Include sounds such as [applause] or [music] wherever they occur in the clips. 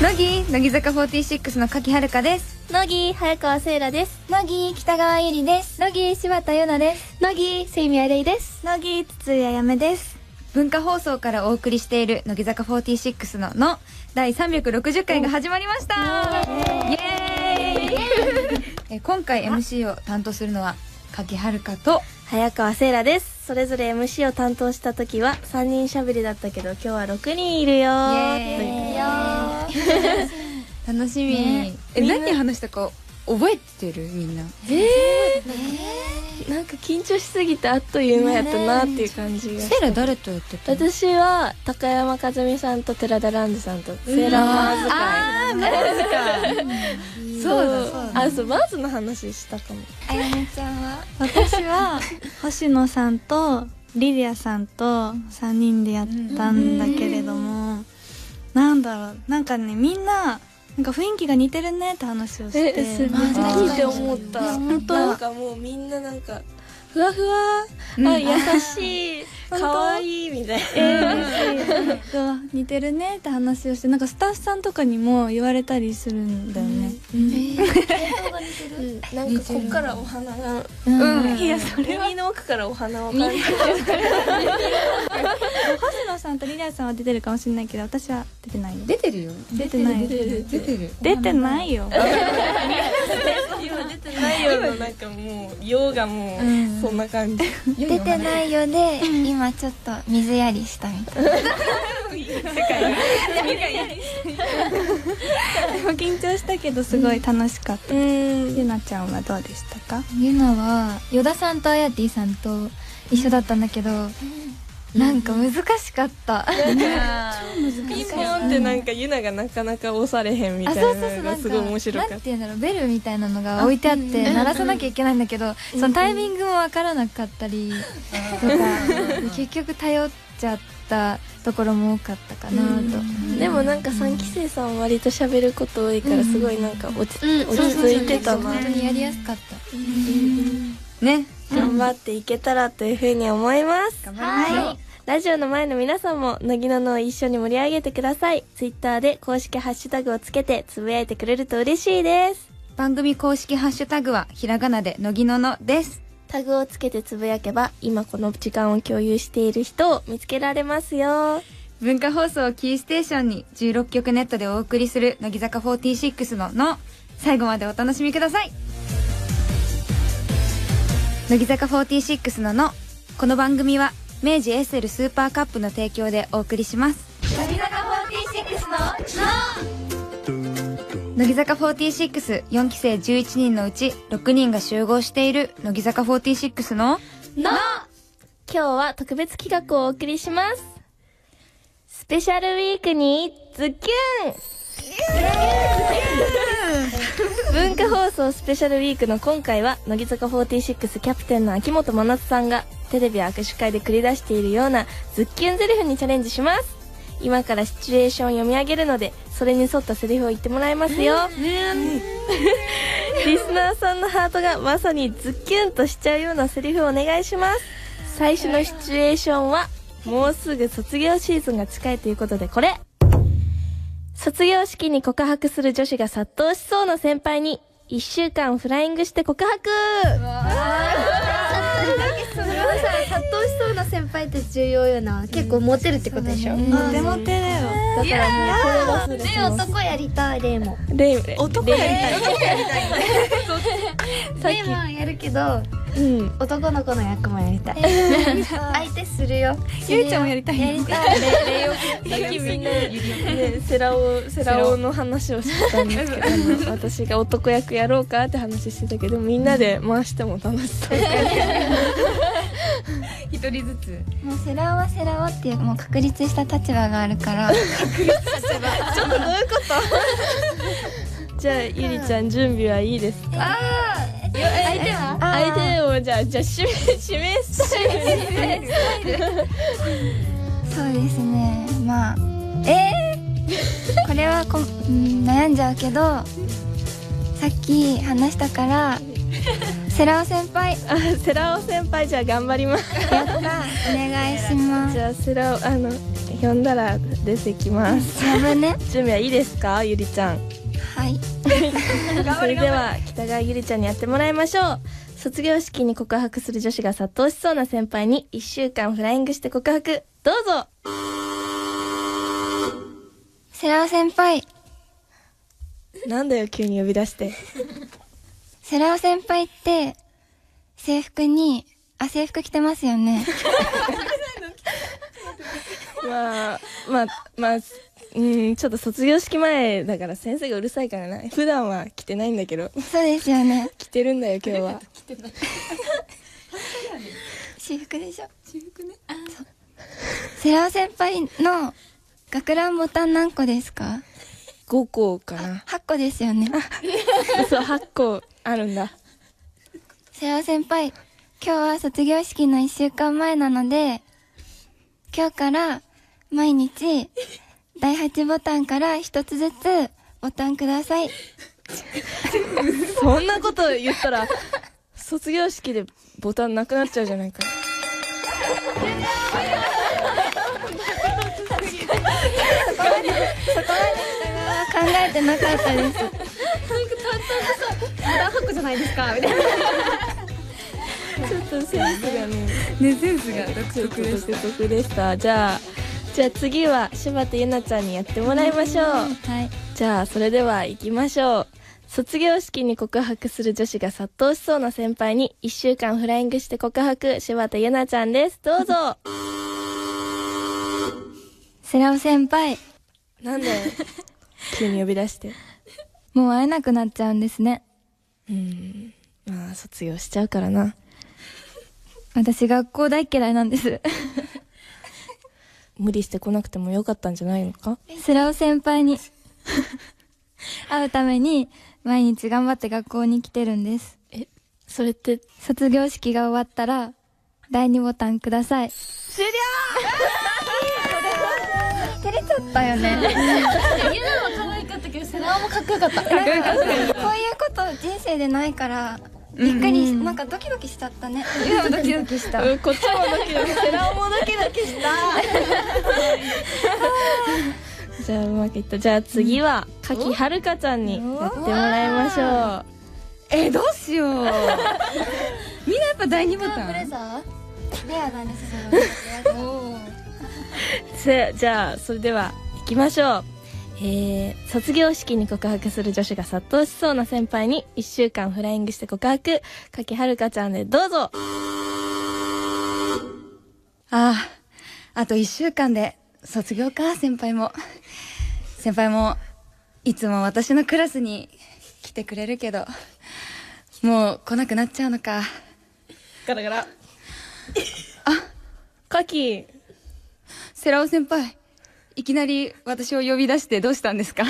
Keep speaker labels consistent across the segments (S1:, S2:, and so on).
S1: 乃木乃木坂46の柿遥です
S2: 乃木早川せいらです
S3: 乃木北川ゆりです
S1: 乃木柴田優奈です
S2: 乃木清宮レイです
S3: 乃木筒谷やめです
S1: 文化放送からお送りしている乃木坂46のの第360回が始まりましたイエーイえ今回 MC を担当するのは柿遥と
S2: 早川せいらですそれぞれ MC を担当した時は3人しゃべりだったけど今日は6人いるよ
S1: イ
S2: ーという
S1: エーイ楽しみ、え何話したか覚えてるみんな
S2: なんか緊張しすぎてあっという間やったなっていう感じが
S1: セイラ誰とやってたの
S2: 私は高山和美さんと寺田蘭治さんとセーラーマーズ会
S1: あーマジかそうだそうだ
S2: あそうマーズの話したかも
S3: あやめちゃんは
S4: 私は星野さんとリリアさんと3人でやったんだけれども、なんだろうなんかねみんななんか雰囲気が似てるねって話をして
S2: えすごい
S3: あー
S2: 聞いて思った
S4: 本当
S2: なんかもうみんななんかふわふわ、あ優しい
S4: 本当
S2: 可愛いみたいな
S4: うわ似てるねって話をしてなんかスタッフさんとかにも言われたりするんだよね、
S2: うんなんかこっからお花が
S1: うん
S4: いやそれ
S2: 耳の奥からお花を感じる
S4: 星野さんとリリアさんは出てるかもしれないけど私は出てないよ
S1: 出てるよ
S4: 出てない
S1: 出てる
S4: 出てないよ
S2: 今出てないよのなんかもう用がも
S1: ん
S2: うそんな感じ
S3: 出てないよで今ちょっと水やりしたみたい
S4: [laughs] でも緊張したけどすごい楽しかった、
S2: うん
S4: ゆなちゃんはどうでしたか
S3: ゆなは依田さんとあやてぃさんと一緒だったんだけどなんか難しかった
S2: ピンポンってなんかユナがなかなか押されへんみた
S3: あ
S2: い
S3: そうそう
S2: な
S3: そう
S2: の
S3: な
S2: が
S3: ん
S2: すごい面白かっ
S3: なん
S2: た
S3: ていうんだろうベルみたいなのが置いてあって鳴らさなきゃいけないんだけどそのタイミングもわからなかったりとか結局頼っちゃったところも多かったかなと
S2: でもなんか3期生さんは割と喋ること多いからすごいなんか落ち,、
S3: うん
S2: 落ち着いてたな
S3: 本当にやりやすかった
S1: ね
S2: 頑張っていけたらというふうに思います
S1: 頑張りましょう
S2: ラジオの前の皆さんも乃木ののを一緒に盛り上げてくださいツイッターで公式ハッシュタグをつけてつぶやいてくれると嬉しいです
S1: 番組公式ハッシュタグはひらがなで乃木ののです
S2: タグをつけてつぶやけば今この時間を共有している人を見つけられますよ
S1: 文化放送をキーステーションに16曲ネットでお送りする乃木坂46のの最後までお楽しみください乃木坂46ののこの番組は明治エッセルスーパーカップの提供でお送りします乃木坂464期生11人のうち6人が集合している乃木坂46の
S2: の今日は特別企画をお送りしますスペシャルウィークにズキュン文化放送スペシャルウィークの今回は乃木坂46キャプテンの秋元真夏さんがテレビや握手会で繰り出しているようなズッキュンセリフにチャレンジします今からシチュエーションを読み上げるのでそれに沿ったセリフを言ってもらいますよ、リスナーさんのハートがまさにズッキュンとしちゃうようなセリフをお願いします最初のシチュエーションはもうすぐ卒業シーズンが近いということでこれ卒業式に告白する女子が殺到しそうな先輩に1週間フライングして告白
S5: 殺到しそうな先輩って重要よな結構モテるってことでしょ、
S4: モテモテだよ
S2: だからもうこれ
S5: で
S2: は
S5: 男やりたいレイも
S2: レイレイ
S4: 男やりたい
S5: レイもやるけど
S2: うん
S5: 男の子の役もやりたい相手するよ
S4: ゆうちゃんもやりたい
S5: やりたい
S2: レイオさっきみんなねセラオセラオの話をしてたんですけどあの [laughs] 私が男役やろうかって話してたけどみんなで回しても楽し
S4: [laughs]
S2: そう
S1: 一人ずつ
S3: もうセラオはセラオっていうもう確立した立場があるから
S2: じゃあゆりちゃん準備はいいですか
S3: 相手は
S2: 相手をじゃあじゃあ指名指名して
S3: そうですねまあえ
S6: [laughs]
S3: ー、これはこ、うん、悩んじゃうけどさっき話したからセラオ先輩
S2: あセラオ先輩じゃあ頑張ります
S3: やったお願いします
S2: じゃあセラオあの呼んだら出てきます
S6: やぶね
S2: 準備はいいですかゆりちゃん
S6: はい
S2: それでは北川ゆりちゃんにやってもらいましょう卒業式に告白する女子が殺到しそうな先輩に1週間フライングして告白どうぞ
S6: 世良先輩
S2: なんだよ急に呼び出して
S6: 世良先輩って制服にあ制服着てますよね
S2: [laughs] まあまあまあうんちょっと卒業式前だから先生がうるさいからな普段は着てないんだけど
S6: そうですよね
S2: 着てるんだよ今日は
S6: 私服でしょ私服ね世良先輩の学ランボタン何個ですか
S2: 5校かな
S6: 8個ですよね
S2: そう8校あるんだ
S6: 世良先輩今日は卒業式の1週間前なので今日から毎日第8ボタンから1つずつボタンください
S2: そんなこと言ったら卒業式でボタンなくなっちゃうじゃないか
S6: 考えてなかったです
S5: じゃないですかみたいな
S2: ちょっとセンスがね
S1: ねセンスが独
S2: 独
S1: 特
S2: 特
S1: で
S2: で
S1: し
S2: したじゃあじゃあ次は柴田ゆなちゃんにやってもらいましょう、
S6: はい
S2: じゃあそれでは行きましょう卒業式に告白する女子が殺到しそうな先輩に1週間フライングして告白柴田ゆなちゃんですどう [laughs] ぞ
S6: セラオ先輩
S2: なんで急に呼び出して
S6: もう会えなくなっちゃうんですね
S2: うんまあ卒業しちゃうからな
S6: 私学校大嫌いなんです
S2: 無理してこなくてもよかったんじゃないのか
S6: セラオ先輩 [laughs] に会うために毎日頑張って学校に来てるんです
S2: それって
S6: 卒業式が終わったら第2ボタンください終了照れちゃったよねゆなも可愛かったけどセラオもかっこよかったこういうこと人生でないからびっくりしなんかドキドキしちゃったね
S1: たドキドキ
S6: [laughs]
S1: した
S2: こっちもドキドキ、セラオもドキドキした。じゃあうまくいった。じゃあ次は、かきはるかちゃんにやってもらいましょ
S1: [laughs] えどうしようみんなやっぱ第二ボタン
S6: レアなんです
S2: う。せじゃあそれでは行きましょう。えー、卒業式に告白する女子が殺到しそうな先輩に1週間フライングして告白、かきはるかちゃんでどうぞ
S1: あああと1週間で卒業か先輩も先輩もいつも私のクラスに来てくれるけどもう来なくなっちゃうのか
S2: ガラガラ。あ、かき、
S1: セラオ先輩いきなり私を呼び出してどうしたんですか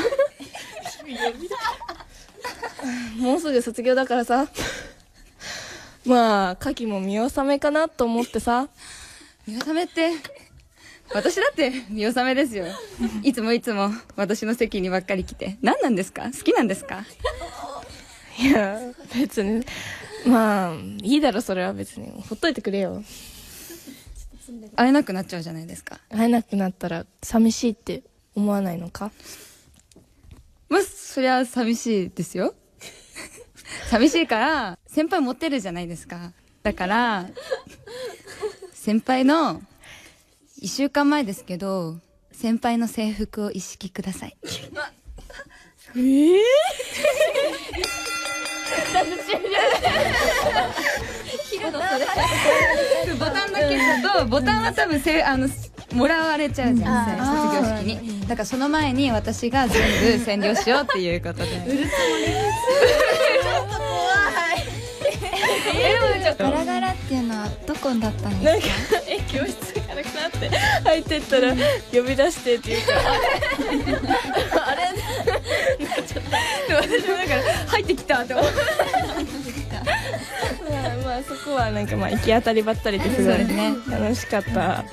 S2: もうすぐ卒業だからさ。 [laughs] まあ、夏季も見納めかなと思ってさ。
S1: 見納めって私だって見納めですよいつもいつも私の席にばっかり来て何なんですか好きなんですか
S2: いや、別に。まあ、いいだろ、それは別に。ほっといてくれよ。
S1: 会えなくなっちゃうじゃないですか
S2: 会えなくなったら寂しいって思わないのか
S1: まあ、そりゃ寂しいですよ。寂しいから、先輩モテるじゃないですか。だから、先輩の、一週間前ですけど、先輩の制服を意識ください。えぇ、ー、ボタンだけだと、ボタンは多分せ、あの、もらわれちゃうじゃん、卒業式に。だからその前に私が全部占領しようっていうことで。うる
S6: ガラガラっていうのはどこだったんですか
S2: なんか、え、教室行かなくなって、入ってったら、呼び出してっていうか、
S1: 私もだから、入ってきたって思って。
S2: [laughs] まあ、まあ、そこはなんか、まあ、行き当たりばったりですごいね、楽しかった。 [laughs]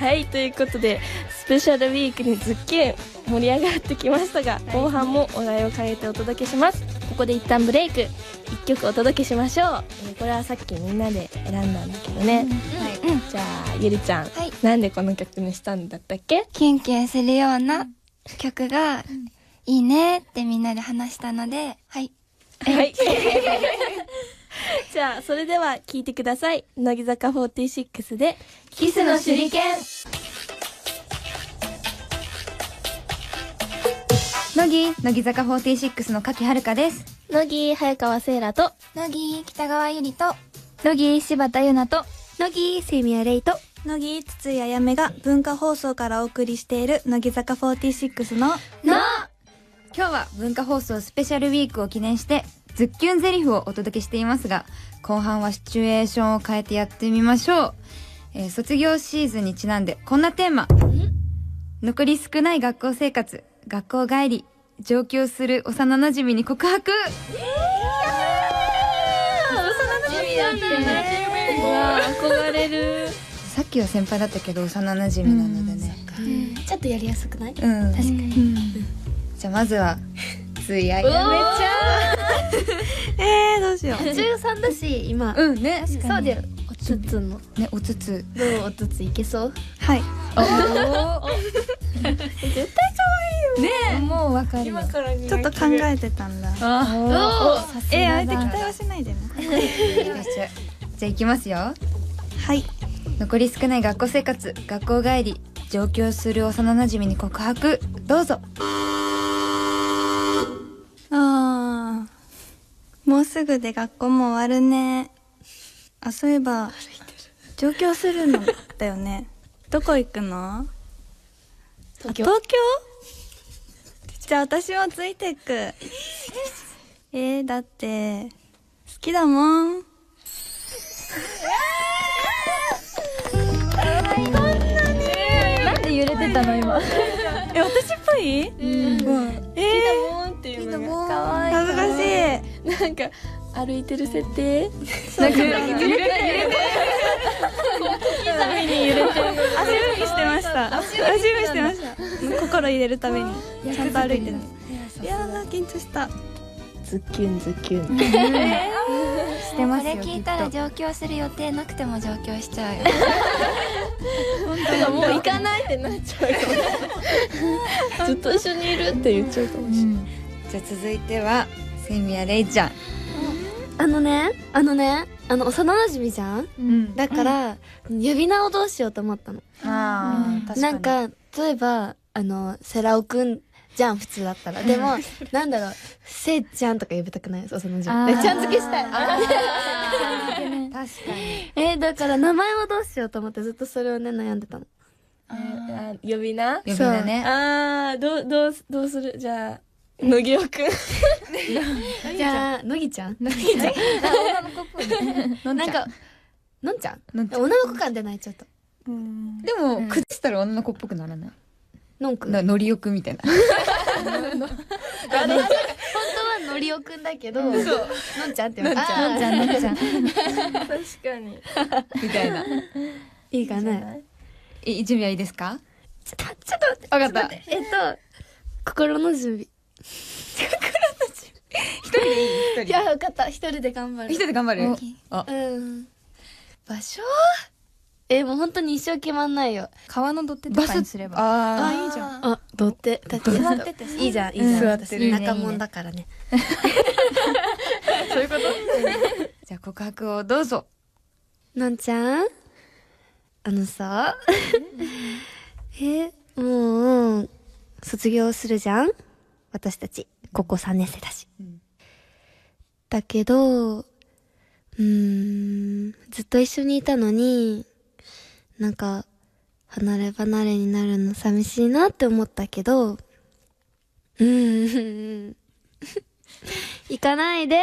S2: はい、ということで、スペシャルウィークにズッキュン盛り上がってきましたが、後半もお題を変えてお届けします。ここで一旦ブレイク、一曲お届けしましょう。えーこれはさっきみんなで選んだんだけどね。はい、じゃあ、ゆりちゃん、
S6: はい
S2: なんでこの曲にしたんだったっけ
S6: キュンキュンするような曲がいいねってみんなで話したので、はい。
S2: はい。 [laughs] じゃあ、それでは聞いてください。乃木坂46で、キスの手裏剣。
S1: 乃木乃木坂46の柿遥です
S2: 乃木早川せいらと、
S6: 乃木北川ゆりと、
S3: 乃木柴田優奈と
S5: 乃木セミアレイと
S4: 乃木筒井あやめが文化放送からお送りしている乃木坂46の
S1: 今日は文化放送スペシャルウィークを記念してズッキュンゼリフをお届けしていますが後半はシチュエーションを変えてやってみましょう、えー卒業シーズンにちなんでこんなテーマ残り少ない学校生活学校帰り上京する幼馴染に告白
S2: 憧れる。
S1: さっきは先輩だったけど幼馴染なのでね
S5: ちょっとやりやすくない
S1: うん、確かに、じゃあまずはついあやめちゃ
S4: えー、どうしよう
S5: 中三だし今
S1: ううんね
S5: そうだよおつつの
S1: ねおつつ
S5: どうおつついけそう
S4: はい
S1: おお [laughs]
S3: もうわかるよ
S2: から
S4: ちょっと考えてたんだ
S1: あ
S4: えー、相手期待はしないでね
S1: ーよしじゃあいきますよ
S4: はい
S1: 残り少ない学校生活学校帰り上京する幼馴染に告白どうぞ
S4: あーもうすぐで学校も終わるねあそういえば上京するのだよ [laughs] ねどこ行くの東京東京じゃあ私もついて [laughs] くえー、だって好きだもん
S3: なんで揺れてたの今
S4: え私っぽいうんえー、
S2: っていうのがかわい
S4: 恥ずかしい
S2: いなんか歩いてる設定
S1: なんか揺れて
S4: 足踏みしてました足踏みしてました心入れるためにちゃんと歩いてるいやー緊張した
S2: ズッキュンズッキュン
S1: してますよ
S6: これ聞いたら上京する予定なくても上京しちゃうよ。 [laughs]
S2: もう行かないってなっちゃうよずっと一緒にいるって言っちゃうかもしれない
S1: じゃあ続いてはセミヤレイちゃん
S5: あのねあのねあの幼馴染じゃん
S1: うん
S5: だから呼び名をどうしようと思ったの
S1: あー確
S5: なんか例えばあのセラオくんじゃん普通だったらでもなんだろうせいちゃんとか呼びたくないです幼馴
S1: あ
S5: 染
S1: ー
S5: ちゃん付けしたい
S1: 確かに
S5: えー、だから名前をどうしようと思ってずっとそれをね悩んでたの
S2: あー呼び名
S1: 呼び名ね
S2: あーどうどうどうするじゃあ乃木尾くん
S5: じゃあのぎちゃんのぎち [laughs] ゃん女の子っぽいなんかのんちゃん
S1: のんちゃ
S5: 女の子感出ないちょっと
S1: でも口したら女の子っぽくならない
S5: のんくん
S1: なノリオくみたいな
S5: あの本当はのりおくんだけどのんちゃんって呼ぶ
S1: のんちゃんのんちゃん
S2: 確かに
S1: [laughs] みたいない
S5: いかな
S1: え準備はいいですか
S5: ちょっとちょっと待って
S1: わかった
S5: えっと心の準備
S1: 一
S5: いやよかった一人で頑張る
S1: 人で頑張るあ
S5: うん場所えもう本当に一生決まんないよ
S3: 川の土手とかにすれば
S1: あー
S4: いいじゃん
S5: あどってだって座ってていいじゃんいいじゃん
S1: 座ってる
S5: 中門だからね
S1: じゃあ告白をどうぞ
S5: のんちゃんあのさえもう卒業するじゃん私たち高校3年生だし、だけどうーんずっと一緒にいたのになんか離れ離れになるの寂しいなって思ったけどうーん [laughs] 行かないで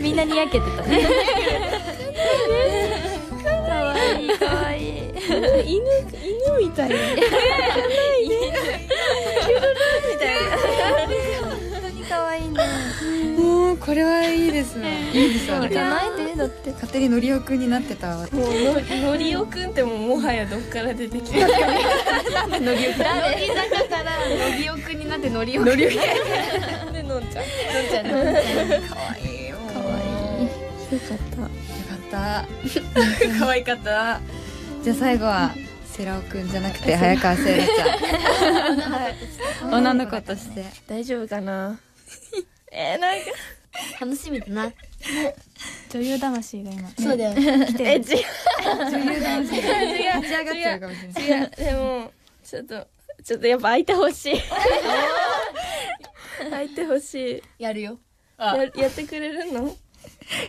S2: みんなにやけてたねかわいいかわいい犬犬みたいな
S1: もうこれはいいですねいいですよね勝手にノリオくんになってたわ
S2: もうののりおくんってもうもはやどっから出てきた
S5: 乃木坂から乃木くんになってのりおくん
S2: でのんちゃん
S1: ちゃんよ
S2: んちゃんね
S1: か
S5: かった。
S1: った可愛かったじゃあ最後はセラオくんじゃなくて早川セイラち [laughs] ゃん女の子として
S2: 大丈夫かな [laughs] えー、なんか
S5: 楽しみだな。
S4: 女優魂が今
S2: そうだよねえ違う
S1: 女優だもしれない立ち上がってるかもしれ
S2: 違
S1: ない
S2: うでもちょっとちょっとやっぱ空いてほしい空いてほしい
S7: [laughs] やるよ
S2: ややってくれるの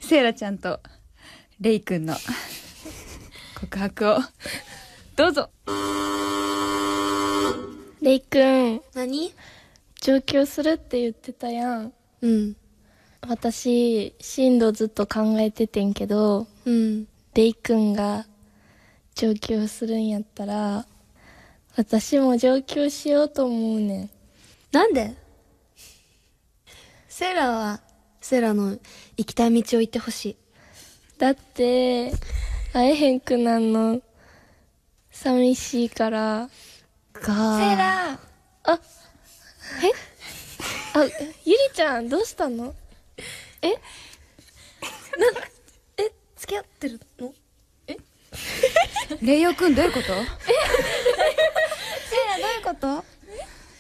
S1: セイラちゃんとレイくんの告白をどうぞ
S2: レイくん
S5: 何
S2: 上京するって言ってたやん
S5: うん。
S2: 私進路ずっと考えててんけど
S5: うん。
S2: レイくんが上京するんやったら私も上京しようと思うねん
S5: なんでセイラは、セイラの行きたい道を行ってほしい。
S2: だって会えへんくなんの寂しいから
S5: が、
S6: セイラ
S2: あえあゆりちゃんどうしたの
S5: え、付き合ってるの
S1: レイオくんどういうこと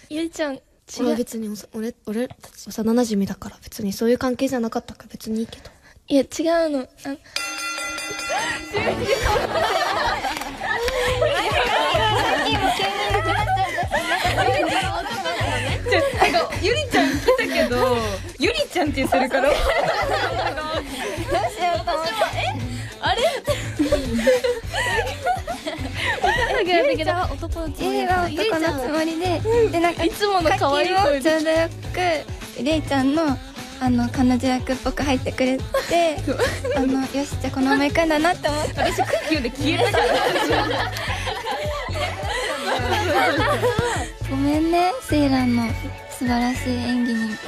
S2: ゆりちゃん違
S5: 俺は
S2: う
S5: 別におさ俺、俺たち幼馴染だから別にそういう関係じゃなかったから別にいいけど。
S2: いや違うのあ
S1: なんかゆりちゃん来たけどゆりちゃんって言ってるから
S2: だけど
S6: 映画は男のつもりで、でなんか
S2: いつもの
S6: カ
S2: 可愛い
S6: ッ
S2: 声で
S6: キーもちょうどよくレイちゃんのあの彼女役っぽく入ってくれてあのよしじゃあこのまま行くんだなって思って
S1: 私空気読んで消えたから
S6: ごめんねセイラの素晴らしい演技になんか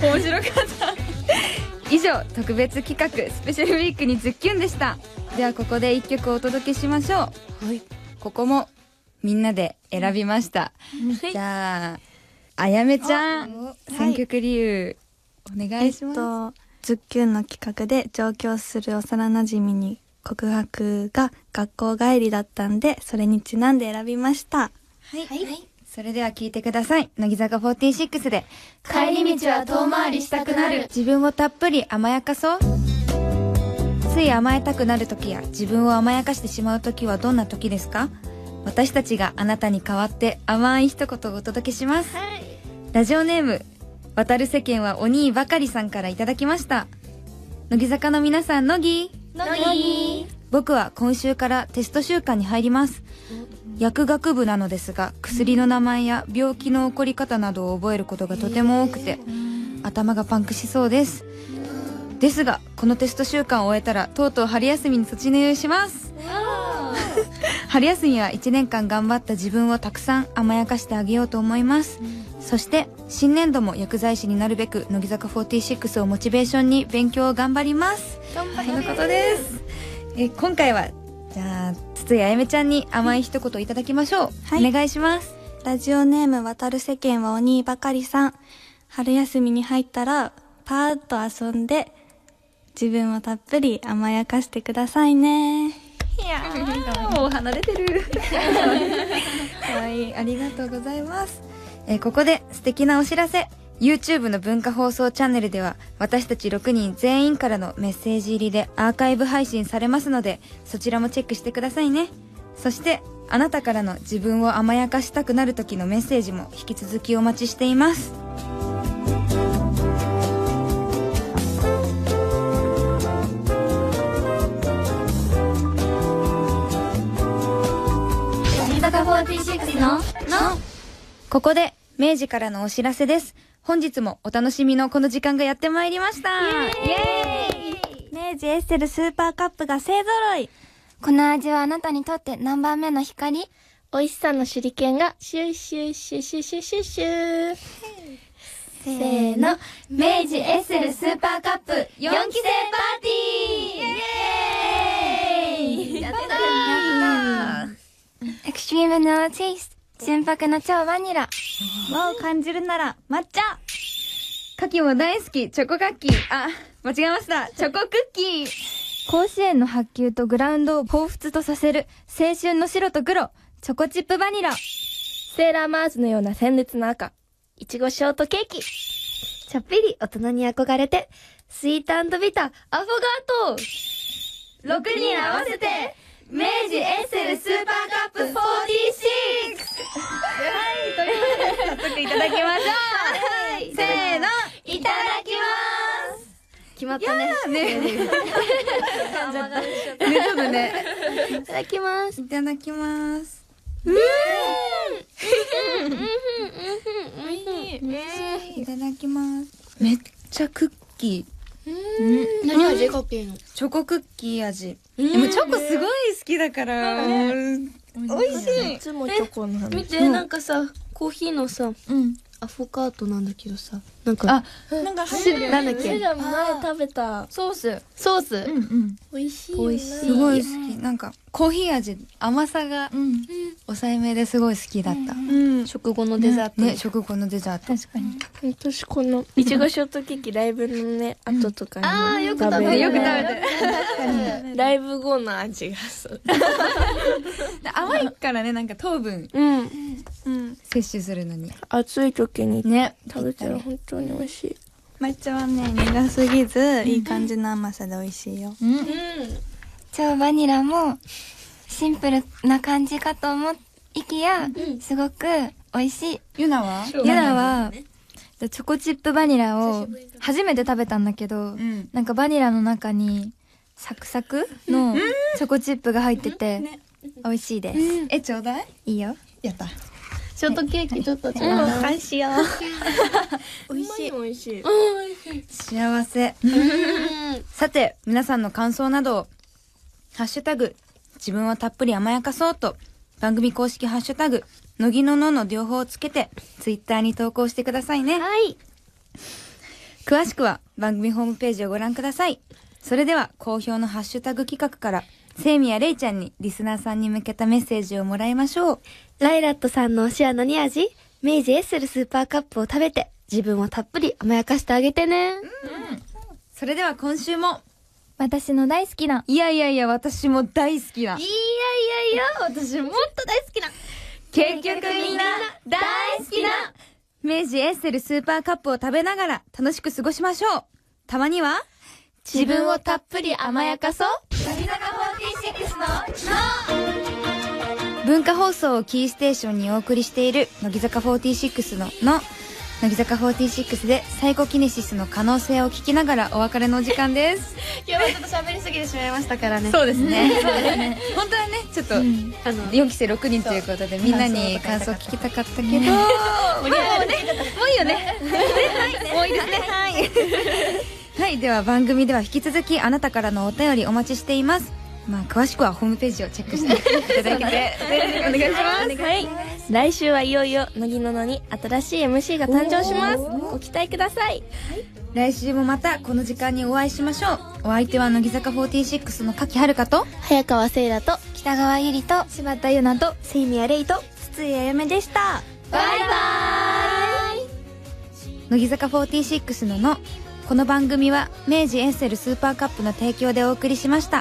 S1: 面白かった以上特別企画スペシャルウィークにズッキュンでしたではここで一曲お届けしましょうここもみんなで選びましたじゃああやめちゃん選曲理由お願
S4: えっ
S1: いします、
S4: と「ズッキュン」の企画で上京する幼なじみに告白が学校帰りだったんでそれにちなんで選びました
S1: はい、それでは聞いてください乃木坂46で
S6: 帰り道は遠回りしたくなる
S1: 自分をたっぷり甘やかそうつい甘えたくなる時や自分を甘やかしてしまう時はどんな時ですか私たちがあなたに代わって甘い一言をお届けします、ラジオネーム渡る世間はお兄ばかりさんからいただきました乃木坂の皆さん乃木僕は今週からテスト週間に入ります薬学部なのですが薬の名前や病気の起こり方などを覚えることがとても多くて頭がパンクしそうですですがこのテスト週間を終えたらとうとう春休みに卒入します [laughs] 春休みは1年間頑張った自分をたくさん甘やかしてあげようと思いますそして新年度も薬剤師になるべく乃木坂46をモチベーションに勉強を頑張りますとのことですえ今回はじゃあ筒井あやめちゃんに甘い一言いただきましょう、
S4: はい
S1: お願いします
S4: ラジオネーム渡る世間は鬼ばかりさん春休みに入ったらパーッと遊んで自分をたっぷり甘やかしてくださいね
S1: もう離れてるかわいいありがとうございます、えーここで素敵なお知らせ YouTube の文化放送チャンネルでは私たち6人全員からのメッセージ入りでアーカイブ配信されますのでそちらもチェックしてくださいねそしてあなたからの自分を甘やかしたくなる時のメッセージも引き続きお待ちしていますここで明治からのお知らせです本日もお楽しみのこの時間がやってまいりましたイエーイ
S4: 明治エッセルスーパーカップが勢ぞろい
S6: この味はあなたにとって何番目の光
S2: 美味しさの手裏剣がシュッシュッシュッシュッシュッシュッシュ
S6: せーの明治エッセルスーパーカップ4期生パーティーイエーイやったー Extreme vanilla taste 純白の超バニラ。
S1: 和を感じるなら抹茶カキも大好きチョコカキあ間違えましたチョコクッキー甲子園の発球とグラウンドを彷彿とさせる青春の白と黒チョコチップバニラ
S2: セーラーマーズのような鮮烈な赤。いちごショートケーキ。
S5: ちょっぴり大人に憧れて、スイートビター、アフォガート
S1: 6人合わせて明治エッセルスーパーカップ46はいということで早速いただきましょう、せーのいただきます
S5: 決まったね。
S1: ねねちょっとね
S5: いただきます。
S1: いただきますいただきますめっちゃクッキー
S7: 何味かけんの
S1: チョコクッキー味でもチョコすごい好きだからもう美味しい
S2: いつもチョコの話。
S7: 見て、なんかさ、コーヒーのさ、アフォカートなんだけどさ、なんか、
S1: あなんか入ってる
S5: なんだっ
S2: セ
S5: け
S2: ラも前食べた。
S1: ソース
S7: ソース
S2: 美味しい。
S5: 美味しい。
S1: すごい好きなんかコーヒー味甘さが抑えめですごい好きだった
S4: うん
S5: 食後のデザート。
S1: ね食後のデザート
S3: 確かに
S2: 私この、いちごショートケーキライブのね、後とかに。ああ、よく食
S1: ねよく食べ
S2: る。
S1: て
S2: ライブ後の味がする。
S1: 甘いからねなんか糖分
S2: うん。
S1: 摂取するのに
S2: 暑い時に
S1: ね
S2: 食べたら本当に美味しい。
S4: 抹茶はね苦すぎずいい感じの甘さで美味しいよ
S6: 超バニラもシンプルな感じかと思いきや、すごく美味しい。
S1: ゆなは
S3: ゆらはチョコチップバニラを初めて食べたんだけど
S1: ん
S3: なんかバニラの中にサクサクのチョコチップが入ってて美味しいです
S1: えちょうだい
S3: いいよ
S1: やった
S7: ショートケーキちょっと違う。
S2: 感しよ
S5: [laughs]
S2: う。美味しい。美味しい。
S1: 幸せさて皆さんの感想などを「ハッシュタグ自分をたっぷり甘やかそう」と番組公式ハッシュタグ「乃木のの」の両方をつけてツイッターに投稿してくださいね
S5: はい。
S1: 詳しくは番組ホームページをご覧くださいそれでは好評のハッシュタグ企画からセイミやレイちゃんにリスナーさんに向けたメッセージをもらいましょう
S5: ライラットさんの推しは何味明治エッセルスーパーカップを食べて、自分をたっぷり甘やかしてあげてね。
S1: それでは今週も
S3: 私の大好きない
S1: やいやいや私も大好きない
S5: やいや、私もっと大好きな。
S1: 結局みんな大好きな明治エッセルスーパーカップを食べながら楽しく過ごしましょうたまには
S5: 自分をたっぷり甘やかそう。
S1: 文化放送をキーステーションにお送りしている乃木坂46の「の」乃木坂46でサイコキネシスの可能性を聞きながらお別れの時間です
S7: 今日はちょっと喋りすぎてしまいましたからね。
S1: そうですね [laughs] 本当はねちょっと、
S7: あの、
S1: 4期生6人ということでみんなに感想聞きたか [laughs] ったけど、まあもうねもういいよねもういいですねはいはいでは番組では引き続きあなたからのお便りお待ちしていますまあ詳しくはホームページをチェックしていただいて [laughs] お願いします
S2: はい。来週はいよいよ、乃木ののに新しい MC が誕生します。ご期待ください。
S1: 来週もまたこの時間にお会いしましょうお相手は乃木坂46の柿遥と
S2: 早川せいらと、
S6: 北川ゆりと
S3: 柴田優奈と
S5: セイミアレイと、筒井あやめでした。
S1: 乃木坂46ののこの番組は明治エッセルスーパーカップの提供でお送りしました